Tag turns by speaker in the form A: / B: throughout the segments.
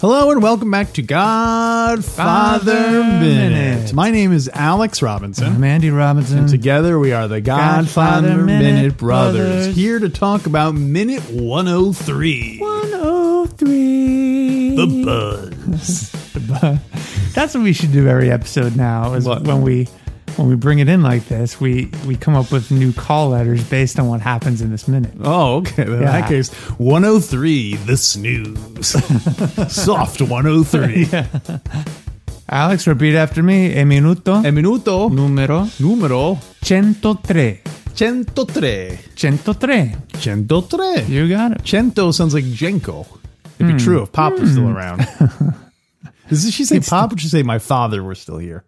A: Hello and welcome back to Godfather
B: Father
A: Minute.
B: Minute.
A: My name is Alex Robinson.
B: I'm Andy Robinson.
A: And together we are the Godfather,
B: Godfather
A: Minute,
B: Minute
A: Brothers,
B: Brothers.
A: here to talk about Minute 103.
B: 103.
A: The Buzz.
B: That's what we should do every episode now. Is
A: What?
B: when we when we bring it in like this, we we come up with new call letters based on what happens in this minute.
A: oh, okay. In that
B: Yeah.
A: case, 103, The Snooze. Soft 103.
B: Alex, repeat after me. E minuto
A: E minuto
B: numero
A: numero
B: 103.
A: 103.
B: 103.
A: 103.
B: You got it.
A: Cento sounds like Jenko. It'd
B: Hmm.
A: be true if Pop was still around. Does she say Pop or she say my father were still here?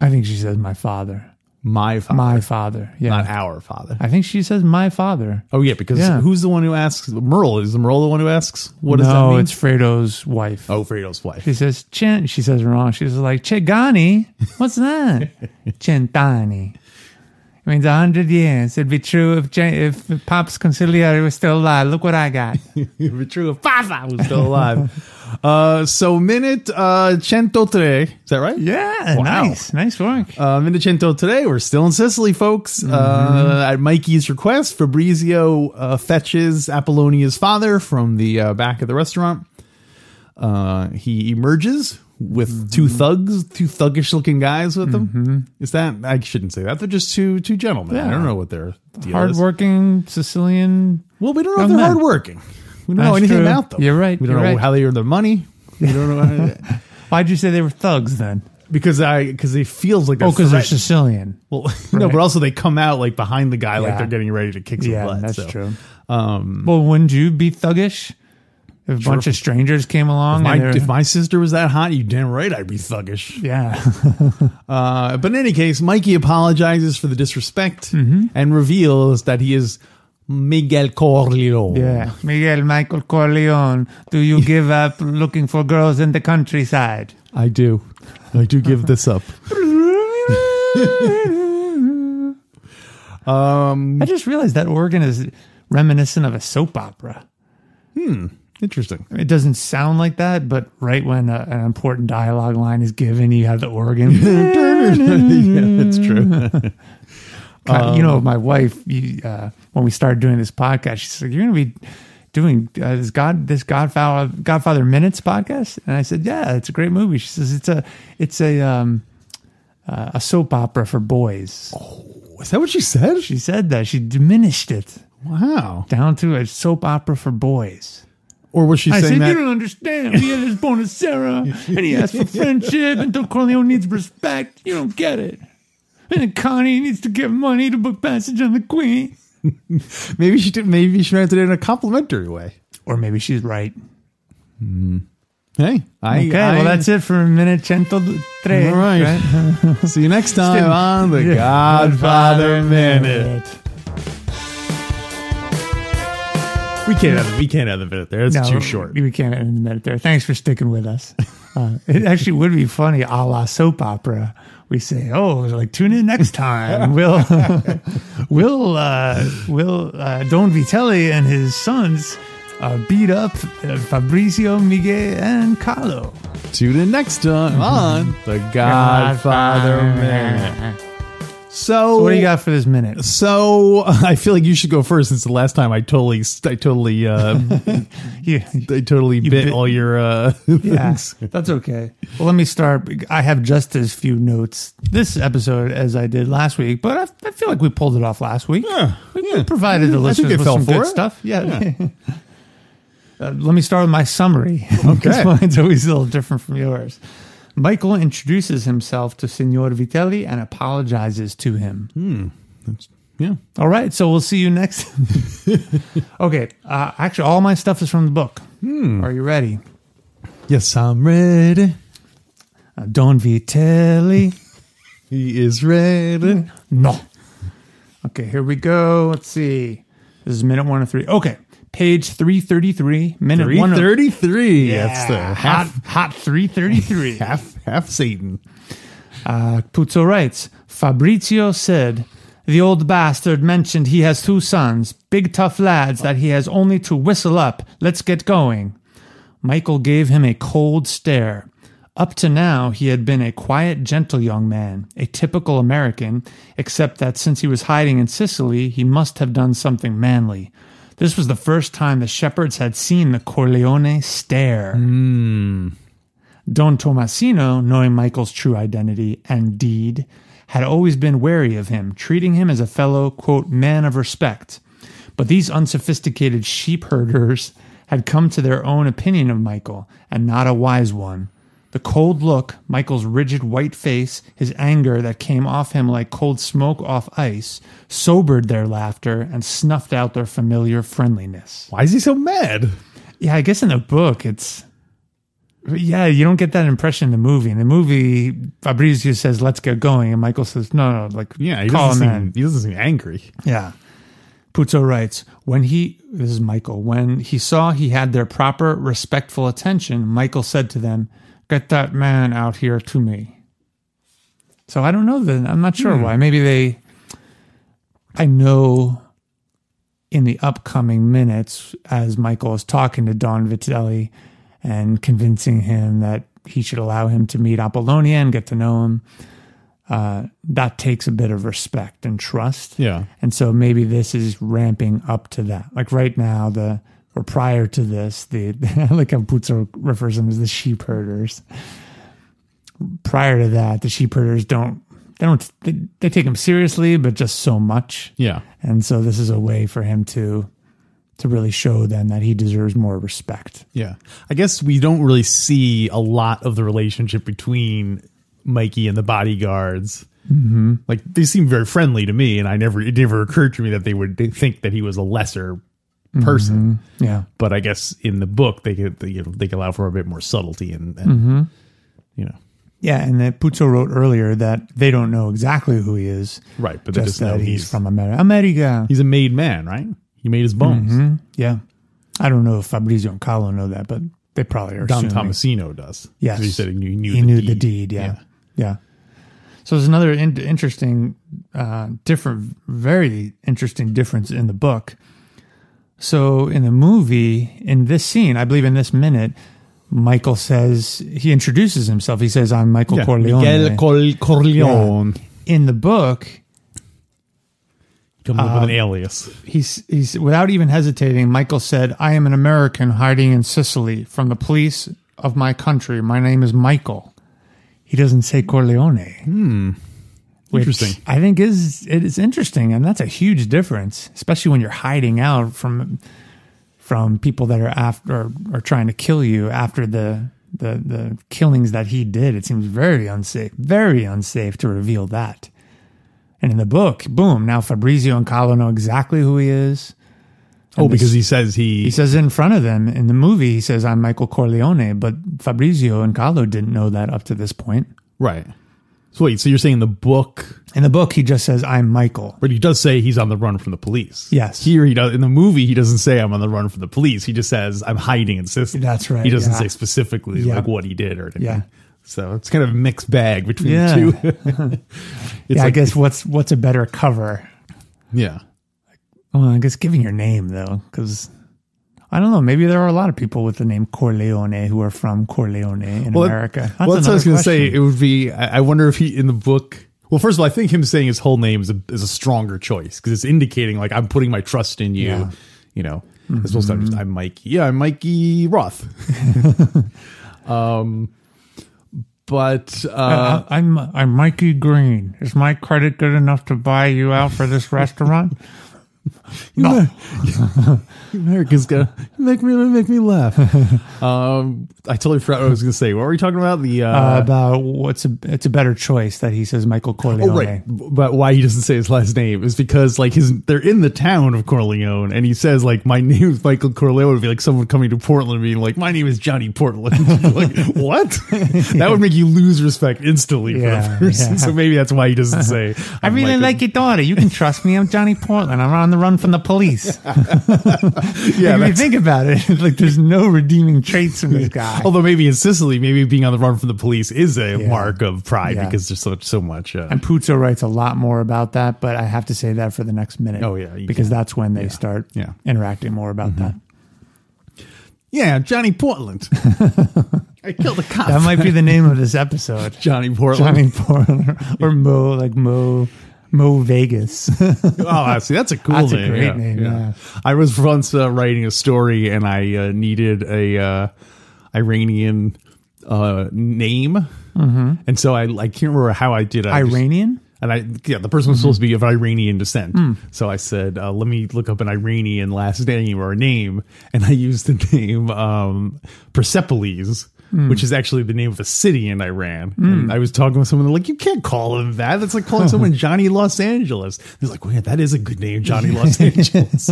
B: I think she says my father.
A: My father,
B: My father. Yeah.
A: not our father.
B: I think she says my father.
A: Oh yeah, because
B: Yeah.
A: who's the one who asks? Merle is the Merle the one who asks? What does that
B: no,
A: mean?
B: it's Fredo's wife.
A: oh, Fredo's wife.
B: She says chin. She says it wrong. She's like Chegani. What's that? Centani. It means a hundred years. It'd be true if Jan- if Pop's conciliary was still alive. Look what I got.
A: It would be true if Papa was still alive. uh, so minute uh, cento tre. Is that right?
B: Yeah,
A: Wow.
B: nice, nice work.
A: Uh, Minicento today. We're still in Sicily, folks.
B: Mm-hmm.
A: Uh, at Mikey's request, Fabrizio uh, fetches Apollonia's father from the uh, back of the restaurant. Uh, he emerges with
B: Mm-hmm.
A: two thugs, two thuggish-looking guys with him. Is that? I shouldn't say that. They're just two two gentlemen. I
B: Yeah.
A: don't know what their deal is.
B: Hardworking Sicilian.
A: Well, we don't know if
B: Young
A: they're
B: men.
A: hardworking. We don't know
B: That's
A: anything
B: true.
A: about them.
B: You're right,
A: We don't
B: you're
A: know
B: right.
A: how they earn their money. We don't know how-
B: Why'd you say they were thugs then?
A: because I because it feels like
B: Oh, because they're
A: threatened.
B: Sicilian.
A: Well, no,
B: Right.
A: but also they come out like behind the guy, like
B: Yeah.
A: they're getting ready to kick some
B: Yeah,
A: butt.
B: that's
A: so.
B: true.
A: Um,
B: Well, wouldn't you be thuggish if a bunch of strangers came along?
A: my,
B: and they were-
A: if my sister was that hot, you damn right I'd be thuggish.
B: yeah,
A: Uh, but in any case, Mikey apologizes for the disrespect and reveals that he is Miguel Corleone.
B: Yeah. Miguel Michael Corleone, do you give up looking for girls in the countryside?
A: I do. I do give this up. Um,
B: I just realized that organ is reminiscent of a soap opera.
A: interesting.
B: It doesn't sound like that, but right when a, an important dialogue line is given, you have the organ.
A: yeah, that's true.
B: you know, my wife, you, uh, when we started doing this podcast, she's like, "You're going to be doing uh, this God this Godfather Godfather Minutes podcast," and I said, "Yeah, it's a great movie." She says, "It's a it's a um, uh, a soap opera for boys."
A: Is that what she said?
B: She said that she diminished it
A: Wow.
B: down to a soap opera for boys.
A: Or was she
B: I
A: saying
B: said,
A: that?
B: You don't understand. He is born a Sarah, and he asked for friendship until Corleone needs respect. You don't get it. And then Connie needs to give money to book passage on the Queen.
A: Maybe she did. Maybe she meant it in a complimentary way.
B: Or maybe she's right.
A: Hey, I,
B: Okay,
A: I,
B: well, that's it for a minute. Cento tre.
A: All right. See you next time on the Godfather Minute. We can't have we can't have the minute there. It's
B: No,
A: too short.
B: We can't end the minute there. Thanks for sticking with us. Uh, it actually would be funny, a la soap opera. We say, "Oh, like tune in next time." Will, Will, uh, Will uh, Don Vitelli and his sons uh, beat up uh, Fabrizio, Miguel, and Carlo.
A: Tune in next time on the Godfather Mm-hmm. Minute. So,
B: What do you got for this minute?
A: So I feel like you should go first since the last time I totally I totally uh,
B: You,
A: I totally bit,
B: bit-
A: all your uh,
B: yeah,
A: things.
B: that's okay. Well, let me start. I have just as few notes this episode as I did last week, but I, I feel like we pulled it off last week.
A: Yeah,
B: we
A: yeah.
B: provided the
A: I think
B: listeners
A: they
B: with
A: fell
B: some
A: for
B: good
A: it.
B: stuff. Yeah. uh, let me start with my summary.
A: Okay.
B: because mine's always a little different from yours. Michael introduces himself to Signor Vitelli and apologizes to him.
A: Hmm. Yeah.
B: All right, so we'll see you next. okay, uh, actually, all my stuff is from the book.
A: Hmm.
B: Are you ready?
A: Yes, I'm ready.
B: Uh, Don Vitelli.
A: He is ready.
B: No. Okay, here we go. Let's see. This is minute one of three. Okay, page 333, minute one of
A: 333.
B: Yeah,
A: That's the
B: hot,
A: half,
B: hot 333.
A: half, half Satan.
B: Uh, Puzzo writes Fabrizio said, The old bastard mentioned he has two sons, big tough lads that he has only to whistle up. Let's get going. Michael gave him a cold stare. Up to now, he had been a quiet, gentle young man, a typical American, except that since he was hiding in Sicily, he must have done something manly. This was the first time the shepherds had seen the Corleone stare. Don Tomasino, knowing Michael's true identity and deed, had always been wary of him, treating him as a fellow, quote, man of respect. But these unsophisticated sheep herders had come to their own opinion of Michael, and not a wise one. The cold look, Michael's rigid white face, his anger that came off him like cold smoke off ice, sobered their laughter and snuffed out their familiar friendliness.
A: Why is he so mad?
B: Yeah, I guess in the book it's yeah, you don't get that impression in the movie. In the movie, Fabrizio says, "Let's get going," and Michael says, "No, no, like
A: Yeah, he
B: call him
A: doesn't,
B: in."
A: seem, he doesn't seem angry.
B: Yeah. Puzo writes, when he, this is Michael, when he saw he had their proper respectful attention, Michael said to them, Get that man out here to me. So I don't know then. I'm not sure why. Maybe they, I know in the upcoming minutes, as Michael is talking to Don Vitelli and convincing him that he should allow him to meet Apollonia and get to know him, uh, that takes a bit of respect and trust.
A: Yeah.
B: And so maybe this is ramping up to that. Like right now, the or prior to this, the I like how Butzer refers to them as the sheep herders. Prior to that, the sheep herders don't they don't they, they take him seriously, but just so much.
A: Yeah.
B: And so this is a way for him to to really show them that he deserves more respect.
A: Yeah. I guess we don't really see a lot of the relationship between Mikey and the bodyguards. Mm-hmm. Like they seem very friendly to me, and I never it never occurred to me that they would think that he was a lesser
B: Mm-hmm.
A: person.
B: Yeah.
A: But I guess in the book they could they, could- they could allow for a bit more subtlety and, and
B: Mm-hmm.
A: you know
B: Yeah, and that Puzo wrote earlier that they don't know exactly who he is.
A: right. But they
B: Just,
A: just know
B: that
A: he's,
B: he's, from America. America.
A: he's a made man, right? He made his bones.
B: Mm-hmm. Yeah. I don't know if Fabrizio and Carlo know that, but they probably are.
A: Don
B: assuming.
A: Tomasino does.
B: Yes.
A: he said he knew, he knew
B: He
A: the
B: knew
A: deed.
B: the deed. Yeah. Yeah. So there's another in- interesting, uh, different, very interesting difference in the book. So in the movie, in this scene, I believe in this minute, Michael says, he introduces himself. He says, I'm Michael
A: Yeah.
B: Corleone.
A: Miguel Cor- Corleone.
B: in the book,
A: Comes up with an alias.
B: he's he's without even hesitating michael said i am an american hiding in sicily from the police of my country my name is michael he doesn't say corleone hmm
A: Interesting.
B: i think is it is interesting and that's a huge difference especially when you're hiding out from from people that are after or trying to kill you after the the the killings that he did it seems very unsafe very unsafe to reveal that and in the book, boom, now Fabrizio and Carlo know exactly who he is.
A: Oh, because he says he,
B: He says in front of them in the movie, he says, I'm Michael Corleone, but Fabrizio and Carlo didn't know that up to this point.
A: right. So wait, so you're saying the book,
B: In the book, he just says, I'm Michael.
A: but he does say he's on the run from the police.
B: Yes.
A: Here he does in the movie. He doesn't say I'm on the run from the police. He just says I'm hiding in Sicily.
B: That's right,
A: He doesn't
B: yeah.
A: say specifically
B: Yeah.
A: like what he did or anything.
B: Yeah.
A: So it's kind of a mixed bag between
B: Yeah.
A: the two. it's
B: Yeah, I
A: like-
B: guess what's what's a better cover?
A: Yeah.
B: Well, I guess giving your name though, because I don't know. Maybe there are a lot of people with the name Corleone who are from Corleone in
A: Well,
B: America.
A: well, that's what I was
B: another
A: going to say.
B: question.
A: It would be. I I wonder if he in the book. Well, first of all, I think him saying his whole name is a, is a stronger choice because it's indicating like I'm putting my trust in you.
B: Yeah.
A: You know, as opposed to I'm, just, I'm Mikey. Yeah, I'm Mikey Roth. um, but uh,
B: Uh, I'm I'm Mikey Green. Is my credit good enough to buy you out for this restaurant?
A: You Amer- you Americans go. You uh, make me make me laugh. um, I totally forgot what I was going to say. What were we talking about? The uh,
B: Uh, about what's a it's a better choice that he says Michael Corleone.
A: oh right, but why he doesn't say his last name is because like his they're in the town of Corleone, and he says like my name is Michael Corleone. Would be like someone coming to Portland and being like my name is Johnny Portland. like what? that would make you lose respect instantly for
B: Yeah,
A: that person.
B: yeah.
A: So maybe that's why he doesn't say.
B: I
A: "I'm
B: really
A: Michael."
B: like your daughter. You can trust me. I'm Johnny Portland. I'm on the run from the police.
A: yeah.
B: if you
A: that's-
B: think about it, it's like there's no redeeming traits in this guy.
A: Although maybe in Sicily, maybe being on the run from the police is a
B: Yeah.
A: mark of pride
B: Yeah.
A: because there's so, so much. Uh,
B: And Puzo writes a lot more about that, but I have to say that for the next minute.
A: Oh, yeah, you
B: because that's when they start
A: yeah. Mm-hmm.
B: interacting more about that.
A: yeah, Johnny Portland. I killed a cop.
B: That might be the name of this episode.
A: Johnny Portland.
B: Johnny Porn or, or Mo, like Mo, Mo Vegas.
A: oh, I see, that's a cool
B: That's a
A: name.
B: great name, yeah.
A: I was once uh, writing a story and I uh, needed a uh, Iranian uh, name, and so I I can't remember how I did. it. I just-
B: Mm-hmm. Iranian?
A: and I yeah, the person was supposed to be of Iranian descent. So I said, uh, let me look up an Iranian last name or a name, and I used the name um, Persepolis. Which is actually the name of a city in Iran. And I was talking with someone, they're like, you can't call him that. That's like calling someone Johnny Los Angeles. He's like, wait, that is a good name, Johnny Los Angeles.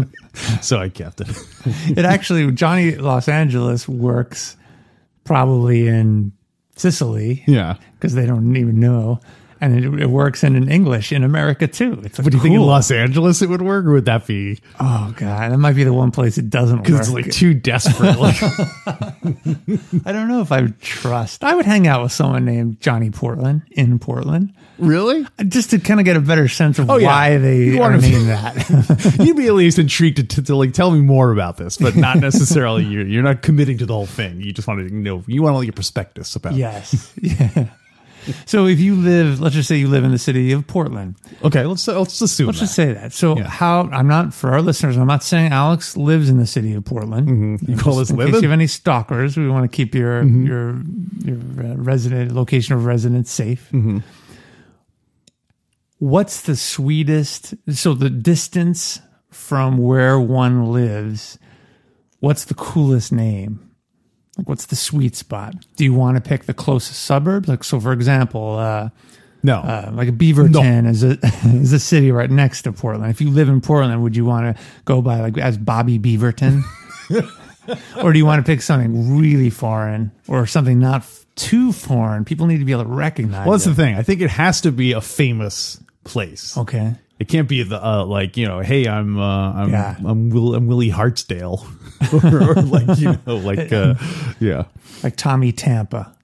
A: so I kept it.
B: It actually Johnny Los Angeles works probably in Sicily
A: Yeah.
B: because they don't even know, and it, it works in, in English in America too. It's like,
A: But do you think in
B: cool.
A: Los Angeles it would work, or would that be?
B: Oh god, that might be the one place it doesn't work.
A: It's like too desperate. Like,
B: I don't know if I would trust. I would hang out with someone named Johnny Portland in Portland
A: really?
B: just to kind of get a better sense of
A: Oh, yeah.
B: why they
A: You
B: are
A: wanna-
B: named that.
A: You'd be at least intrigued to, to like tell me more about this, but not necessarily you. You're not committing to the whole thing. You just want to know. You want to get prospectus about. It.
B: yes. Yeah. So if you live, let's just say you live in the city of Portland.
A: Okay. Let's let's assume.
B: Let's
A: that.
B: just say that. So
A: Yeah.
B: how I'm not for our listeners, I'm not saying Alex lives in the city of Portland.
A: Mm-hmm. you call this
B: In case you
A: living? Mm-hmm.
B: have any stalkers, we want to keep your your your uh, resident location of residence safe.
A: Mm-hmm.
B: What's the sweetest? So the distance from where one lives. What's the coolest name? Like, what's the sweet spot? Do you want to pick the closest suburb? Like, so for example, uh,
A: No.
B: uh, like Beaverton is a is a city right next to Portland. If you live in Portland, would you want to go by like as Bobby Beaverton, or do you want to pick something really foreign or something not f- too foreign? People need to be able to recognize.
A: well, that's
B: it.
A: the thing. I think it has to be a famous place.
B: okay.
A: It can't be the uh, like you know. Hey, I'm uh, I'm
B: Yeah.
A: I'm, Will, I'm Willie Hartsdale, or, or like you know, like uh, yeah.
B: Like Tommy Tampa.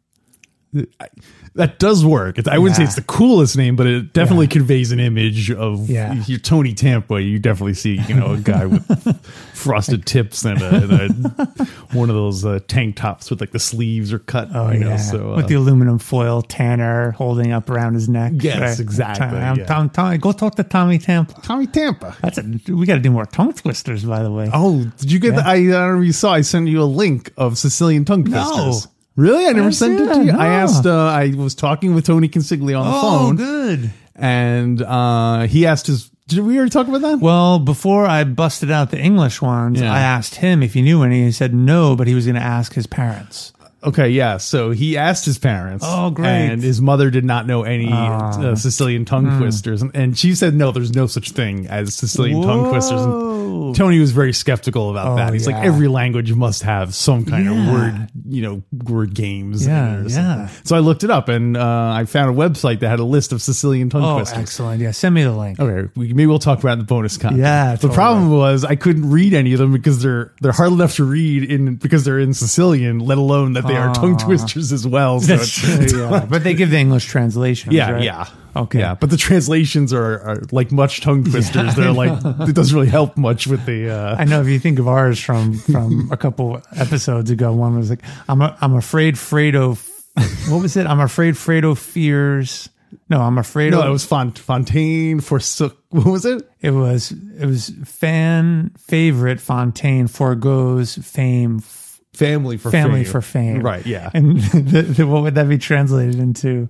A: That does work. It's, I wouldn't say
B: Yeah.
A: it's the coolest name, but it definitely conveys an image of
B: Yeah.
A: your Tony Tampa. You definitely see, you know, a guy with frosted tips and, a, and a, one of those uh, tank tops with like the sleeves are cut. Oh you know, so uh,
B: with the aluminum foil Tanner holding up around his neck.
A: Yes,
B: Right.
A: exactly,
B: Tom,
A: yeah.
B: Tom, Tom, go talk to Tommy Tampa.
A: Tommy Tampa.
B: That's a, we got to do more tongue twisters, by the way.
A: Oh, did you get? The, I, I don't know if you saw. I sent you a link of Sicilian tongue
B: No.
A: twisters. Really? I never
B: didn't
A: sent
B: see
A: it to
B: that,
A: you. I
B: no. Oh,
A: asked. Uh, I was talking with Tony Consigli on the phone,
B: good.
A: and uh, he asked his. Did we already talk about that?
B: Well, before I busted out the English ones,
A: Yeah.
B: I asked him if he knew any. He said no, but he was going to ask his parents.
A: Okay, yeah. So he asked his parents.
B: Oh, great. Ah.
A: And his mother did not know any uh, Sicilian tongue
B: Hmm.
A: twisters, and, and she said, "No, there's no such thing as Sicilian tongue twisters."
B: Whoa. Oh,
A: And Tony was very skeptical about that. He's like,
B: yeah.
A: "Every language must have some kind
B: Yeah.
A: of word, you know, word games." in
B: Yeah,
A: it or
B: yeah.
A: something." So I looked it up, and uh, I found a website that had a list of Sicilian tongue
B: Oh,
A: twisters.
B: excellent. Yeah, send me the link.
A: Okay, we, maybe we'll talk about it in the bonus content.
B: Yeah,
A: the
B: totally.
A: problem was I couldn't read any of them because they're they're hard enough to read in because they're in Sicilian, let alone that they are tongue twisters as well. So
B: Ah. That's
A: it's- it's
B: true, yeah.
A: like-
B: But they give the English translations.
A: yeah,
B: right?
A: yeah,
B: Okay.
A: yeah. But the translations are, are like much tongue twisters. they're like it doesn't really help much with the. Uh,
B: I know if you think of ours from from a couple episodes ago, one was like, "I'm a, I'm afraid Fredo." f- What was it? I'm afraid Fredo fears. No, I'm afraid.
A: no, it was Font, Fontaine forsook. What was it?
B: It was it was fan favorite Fontaine foregoes fame f-
A: Family for
B: family
A: fame.
B: for fame.
A: Right. Yeah.
B: And the, the, what would that be translated into?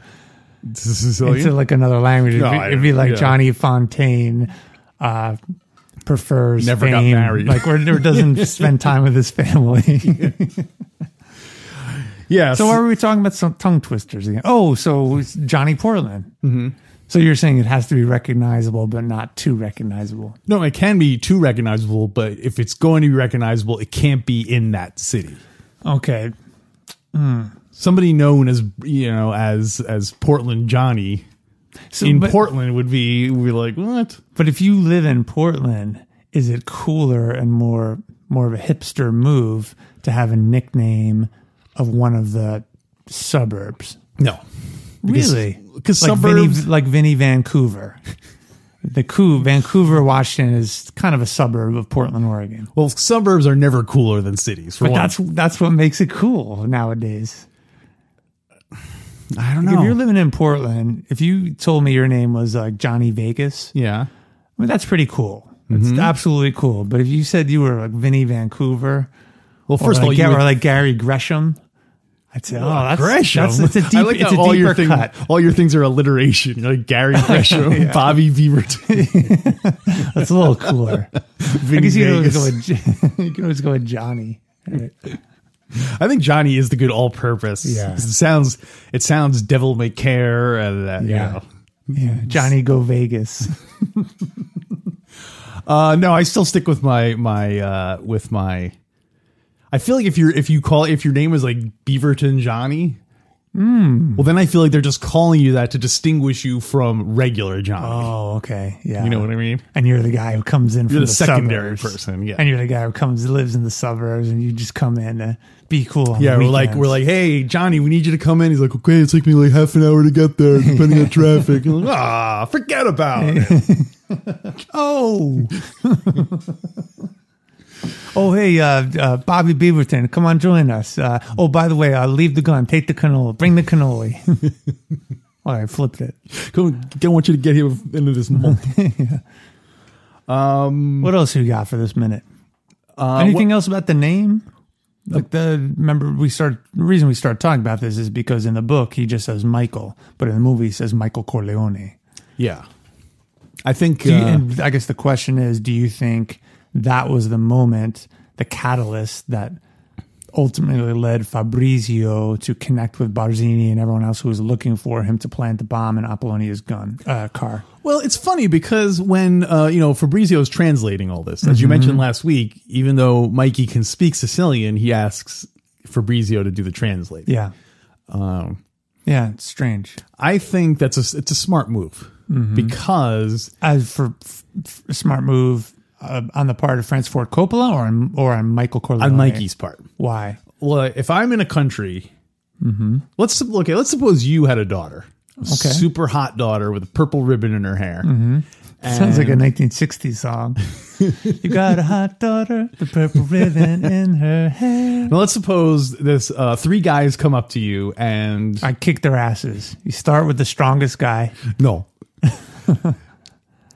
A: Sicilian.
B: Into like another language. It'd
A: Oh, No,
B: be,
A: I
B: it'd be
A: don't-
B: like
A: yeah.
B: Johnny Fontaine, uh, prefers
A: Never got
B: fame.
A: married.
B: like or, or doesn't spend time with his family.
A: Yeah.
B: so are we talking about some tongue twisters again? Oh, so it's Johnny Portland. Mm-hmm. So you're saying it has to be recognizable, but not too recognizable.
A: no, it can be too recognizable, but if it's going to be recognizable, it can't be in that city.
B: Okay,
A: Somebody known as you know as as Portland Johnny
B: so
A: in
B: but,
A: Portland would be would be like what?
B: but if you live in Portland, is it cooler and more more of a hipster move to have a nickname of one of the suburbs?
A: No,
B: Really?
A: because
B: like
A: suburbs.
B: Vinny, like Vinny Vancouver. The coup, Vancouver, Washington is kind of a suburb of Portland, Oregon.
A: well, suburbs are never cooler than cities. For
B: But
A: one.
B: that's that's what makes it cool nowadays.
A: I don't
B: If you're living in Portland, if you told me your name was like Johnny Vegas,
A: yeah,
B: I mean that's pretty cool. It's absolutely cool. But if you said you were like Vinny Vancouver,
A: Well,
B: or
A: first
B: like,
A: of all,
B: Ga-
A: you
B: or
A: would-
B: like Gary Gresham, I'd say, oh, that's
A: Gresham.
B: That's, it's a
A: I
B: deep,
A: like
B: it's
A: how
B: a
A: all
B: deeper
A: your things,
B: cut.
A: all your things are alliteration. You're like Gary Gresham, Bobby Beaverton,
B: That's a little cooler. I
A: Vinny
B: guess you can always
A: Vegas.
B: go with, you can always go with Johnny.
A: I think Johnny is the good all-purpose.
B: Yeah.
A: 'Cause it sounds it sounds devil may care and that,
B: Yeah.
A: You know.
B: Yeah, Johnny Go Vegas.
A: Uh, no, I still stick with my my uh, with my. I feel like if you're if you call if your name is like Beaverton Johnny, well then I feel like they're just calling you that to distinguish you from regular Johnny.
B: Oh, okay. Yeah.
A: you know what I mean?
B: And you're the guy who comes in from
A: the
B: the,
A: secondary
B: suburbs.
A: person, yeah.
B: And you're the guy who comes lives in the suburbs, and you just come in to be cool. On
A: Yeah,
B: the
A: we're like
B: weekends.
A: we're like, hey Johnny, we need you to come in. He's like, okay, it took me like half an hour to get there, depending on traffic. I'm like, ah, forget about it.
B: oh, oh, hey, uh, uh, Bobby Beaverton, come on, join us. Uh, oh, by the way, uh, leave the gun, take the cannoli, bring the cannoli. All right, flipped it.
A: Come, I want you to get here into this month.
B: What else you got for this minute? Anything else about the name? Like the remember we start the reason we start talking about this is because in the book he just says Michael, but in the movie he says Michael Corleone.
A: Yeah, I think.
B: Do you-
A: uh,
B: and I guess the question is, do you think that was the moment, the catalyst that ultimately led Fabrizio to connect with Barzini and everyone else who was looking for him to plant the bomb in Apollonia's gun uh, car?
A: Well, it's funny because when uh, you know Fabrizio is translating all this, as
B: Mm-hmm.
A: you mentioned last week, even though Mikey can speak Sicilian, he asks Fabrizio to do the translate.
B: Yeah, Um, yeah, it's strange.
A: I think that's a it's a smart move
B: Mm-hmm.
A: because
B: as for f- f- smart move uh, on the part of Francis Ford Coppola or on, or on Michael Corleone?
A: on Mikey's part.
B: Why?
A: Well, if I'm in a country,
B: Mm-hmm.
A: let's sup- okay, let's suppose you had a daughter, a super hot daughter with a purple ribbon in her hair.
B: Mm-hmm. Sounds like a 1960s song. you got a hot daughter, the purple ribbon in her hair.
A: Now, let's suppose this uh, three guys come up to you and
B: I kick their asses. You start with the strongest guy.
A: No.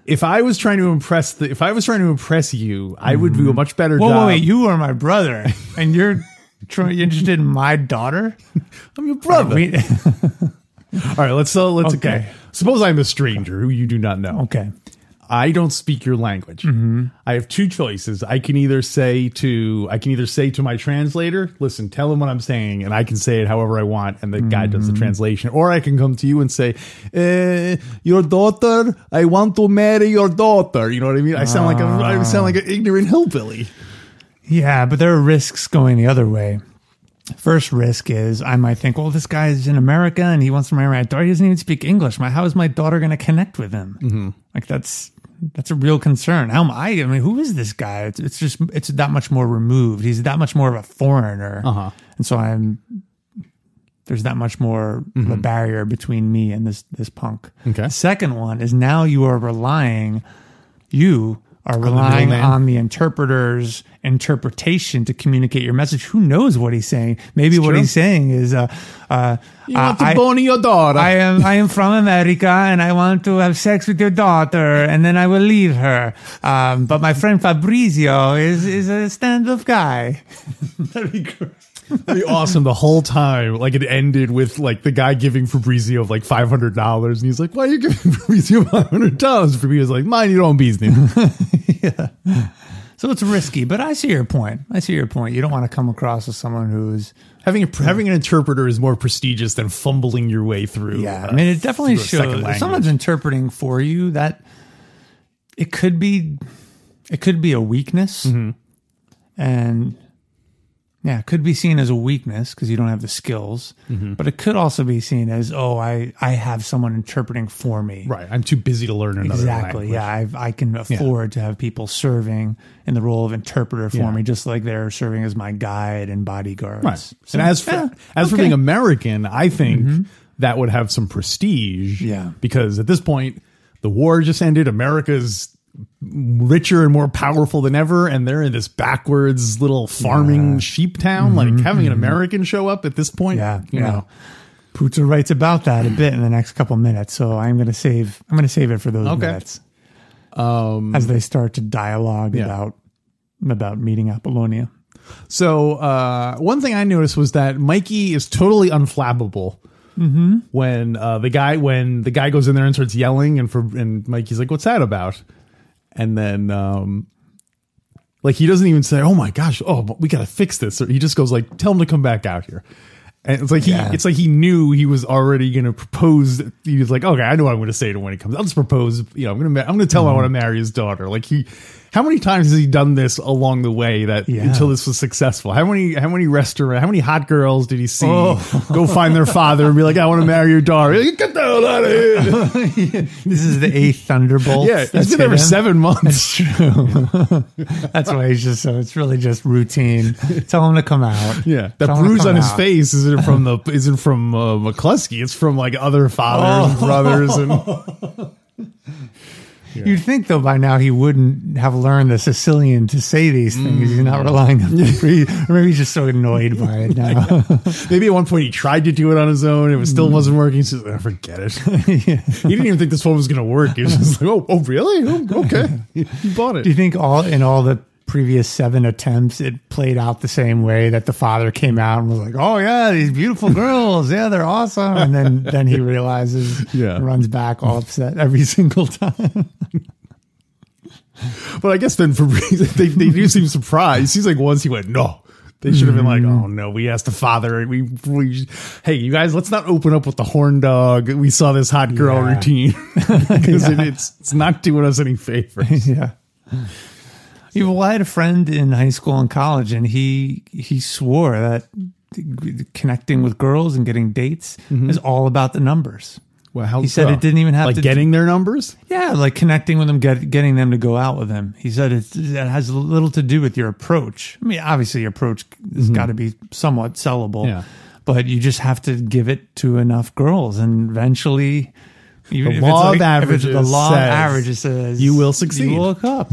A: if I was trying to impress the, if I was trying to impress you, I would do a much better
B: Mm-hmm. Whoa,
A: job.
B: whoa, wait! You are my brother, and you're tr- you're interested in my daughter.
A: I'm your brother.
B: We-
A: All right, let's so let's okay.
B: Okay.
A: Suppose I'm a stranger who you do not know.
B: okay,
A: I don't speak your language.
B: Mm-hmm.
A: I have two choices. I can either say to I can either say to my translator, "Listen, tell him what I'm saying," and I can say it however I want, and the guy does
B: Mm-hmm.
A: the translation. Or I can come to you and say, eh, "Your daughter, I want to marry your daughter." You know what I mean? I sound like a, I sound like an ignorant hillbilly.
B: Yeah, but there are risks going the other way. First risk is I might think, well, this guy is in America and he wants to marry my daughter. He doesn't even speak English. My, how is my daughter going to connect with him?
A: Mm-hmm.
B: Like that's that's a real concern. How am I? I mean, who is this guy? It's, it's just it's that much more removed. He's that much more of a foreigner,
A: Uh-huh.
B: and so I'm there's that much more of a barrier between me and this this punk.
A: Mm-hmm. Okay.
B: The second one is now you are relying you are relying
A: middleman.
B: on the interpreter's interpretation to communicate your message. Who knows what he's saying? Maybe what
A: true.
B: he's saying is, uh, uh, uh,
A: I,
B: I,
A: your daughter.
B: I am I am from America and I want to have sex with your daughter and then I will leave her. Um, but my friend Fabrizio is is a stand up guy.
A: That'd be great. It'd be awesome the whole time. Like it ended with like the guy giving Fabrizio like five hundred dollars, and he's like, "Why are you giving Fabrizio five hundred dollars?" Fabrizio's like, "Mind your own business."
B: So it's risky, but I see your point. I see your point. You don't want to come across as someone who's
A: having a, having an interpreter is more prestigious than fumbling your way through.
B: yeah.
A: uh,
B: I mean, it definitely
A: through a second
B: shows. If
A: language.
B: someone's interpreting for you, that it could be, it could be a weakness,
A: Mm-hmm.
B: and yeah, it could be seen as a weakness because you don't have the skills.
A: Mm-hmm.
B: But it could also be seen as, oh, I I have someone interpreting for me.
A: right. I'm too busy to learn another
B: Exactly.
A: language.
B: Yeah, I've, I can afford to have people serving in the role of interpreter for
A: Yeah.
B: me, just like they're serving as my guide and bodyguards.
A: Right.
B: So,
A: and as for
B: yeah,
A: as for
B: okay. Mm-hmm.
A: being American, I think that would have some prestige.
B: Yeah.
A: Because at this point, the war just ended. America's richer and more powerful than ever, and they're in this backwards little farming sheep town. Like having an American show up at this point.
B: Mm-hmm. Yeah,
A: You
B: yeah.
A: know.
B: Puta writes about that a bit in the next couple minutes, so I'm gonna save I'm gonna save it for those minutes. Um, as they start to dialogue about about meeting Apollonia.
A: So uh, one thing I noticed was that Mikey is totally unflappable. When uh, the guy when the guy goes in there and starts yelling, and for and Mikey's like, "What's that about?" And then um, like he doesn't even say, "Oh my gosh, oh but we gotta fix this." Or he just goes like, "Tell him to come back out here." And it's like he
B: Yeah.
A: it's like he knew he was already gonna propose. He was like, "Okay, I know what I'm gonna say to him when he comes. I'll just propose. You know, I'm gonna ma- I'm gonna tell him I want to
B: Mm-hmm.
A: marry his daughter." Like he. How many times has he done this along the way that
B: Yeah.
A: until this was successful? How many how many restaurant how many hot girls did he see
B: Oh.
A: go find their father and be like, I want to marry your daughter? Get the hell out of here.
B: This is the eighth thunderbolt.
A: Yeah, he's been there for seven months.
B: That's why he's just so it's really just routine. Tell him to come out.
A: Yeah, that
B: Tell him to
A: bruise
B: come
A: on his
B: out.
A: face isn't from the isn't from uh, McCluskey. It's from like
B: Oh.
A: other fathers, and brothers, and
B: You'd think though by now he wouldn't have learned the Sicilian to say these things. He's not relying on the pre- or maybe he's just so annoyed by it now.
A: maybe at one point he tried to do it on his own. It was still wasn't working. So oh, forget it. He didn't even think this phone was going to work. He was just like, oh, oh, really? Oh, okay, he bought
B: Do you
A: it.
B: think all in all the previous seven attempts it played out the same way that the father came out and was like, Oh yeah, these beautiful girls, yeah, they're awesome. And then then he realizes
A: Yeah.
B: runs back all upset every single time.
A: But I guess then Fabrice, they they do seem surprised. He's like, once he went, no. They should have been like, oh no, we asked the father. We, we, hey, you guys, let's not open up with the horn dog. We saw this hot girl
B: Yeah.
A: routine because it, it's it's not doing us any favors.
B: yeah. Yeah, well, I had a friend in high school and college, and he he swore that connecting with girls and getting dates is all about the numbers.
A: Well, how,
B: He said it didn't even have
A: like
B: to-
A: getting their numbers.
B: Yeah, like connecting with them, get, getting them to go out with him. He said it's, it has little to do with your approach. I mean, obviously, your approach has got to be somewhat sellable,
A: Mm-hmm. Yeah.
B: but you just have to give it to enough girls, and eventually, even
A: The
B: if
A: law of
B: it's like- if it's the
A: averages
B: law
A: says
B: of averages says
A: you will succeed.
B: You will look up.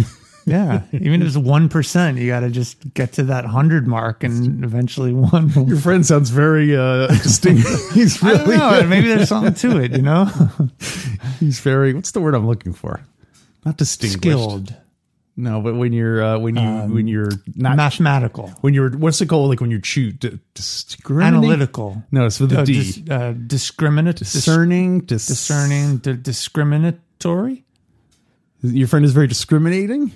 B: Yeah, even if it's one percent, you got to just get to that hundred mark, and eventually one. Will
A: Your friend sounds very uh, distinct. he's
B: I don't
A: really,
B: know. Maybe there's something to it, you know.
A: he's very. What's the word I'm looking for? Not distinguished.
B: Skilled, Um,
A: No, but when you're uh, when you when you're not
B: mathematical,
A: when you're what's it called? Like when you cheat, d- discriminate?
B: analytical.
A: No, it's with the
B: uh,
A: D.
B: dis- uh, discriminate, dis-
A: discerning, dis-
B: discerning, di- discriminatory,
A: Your friend is very discriminating.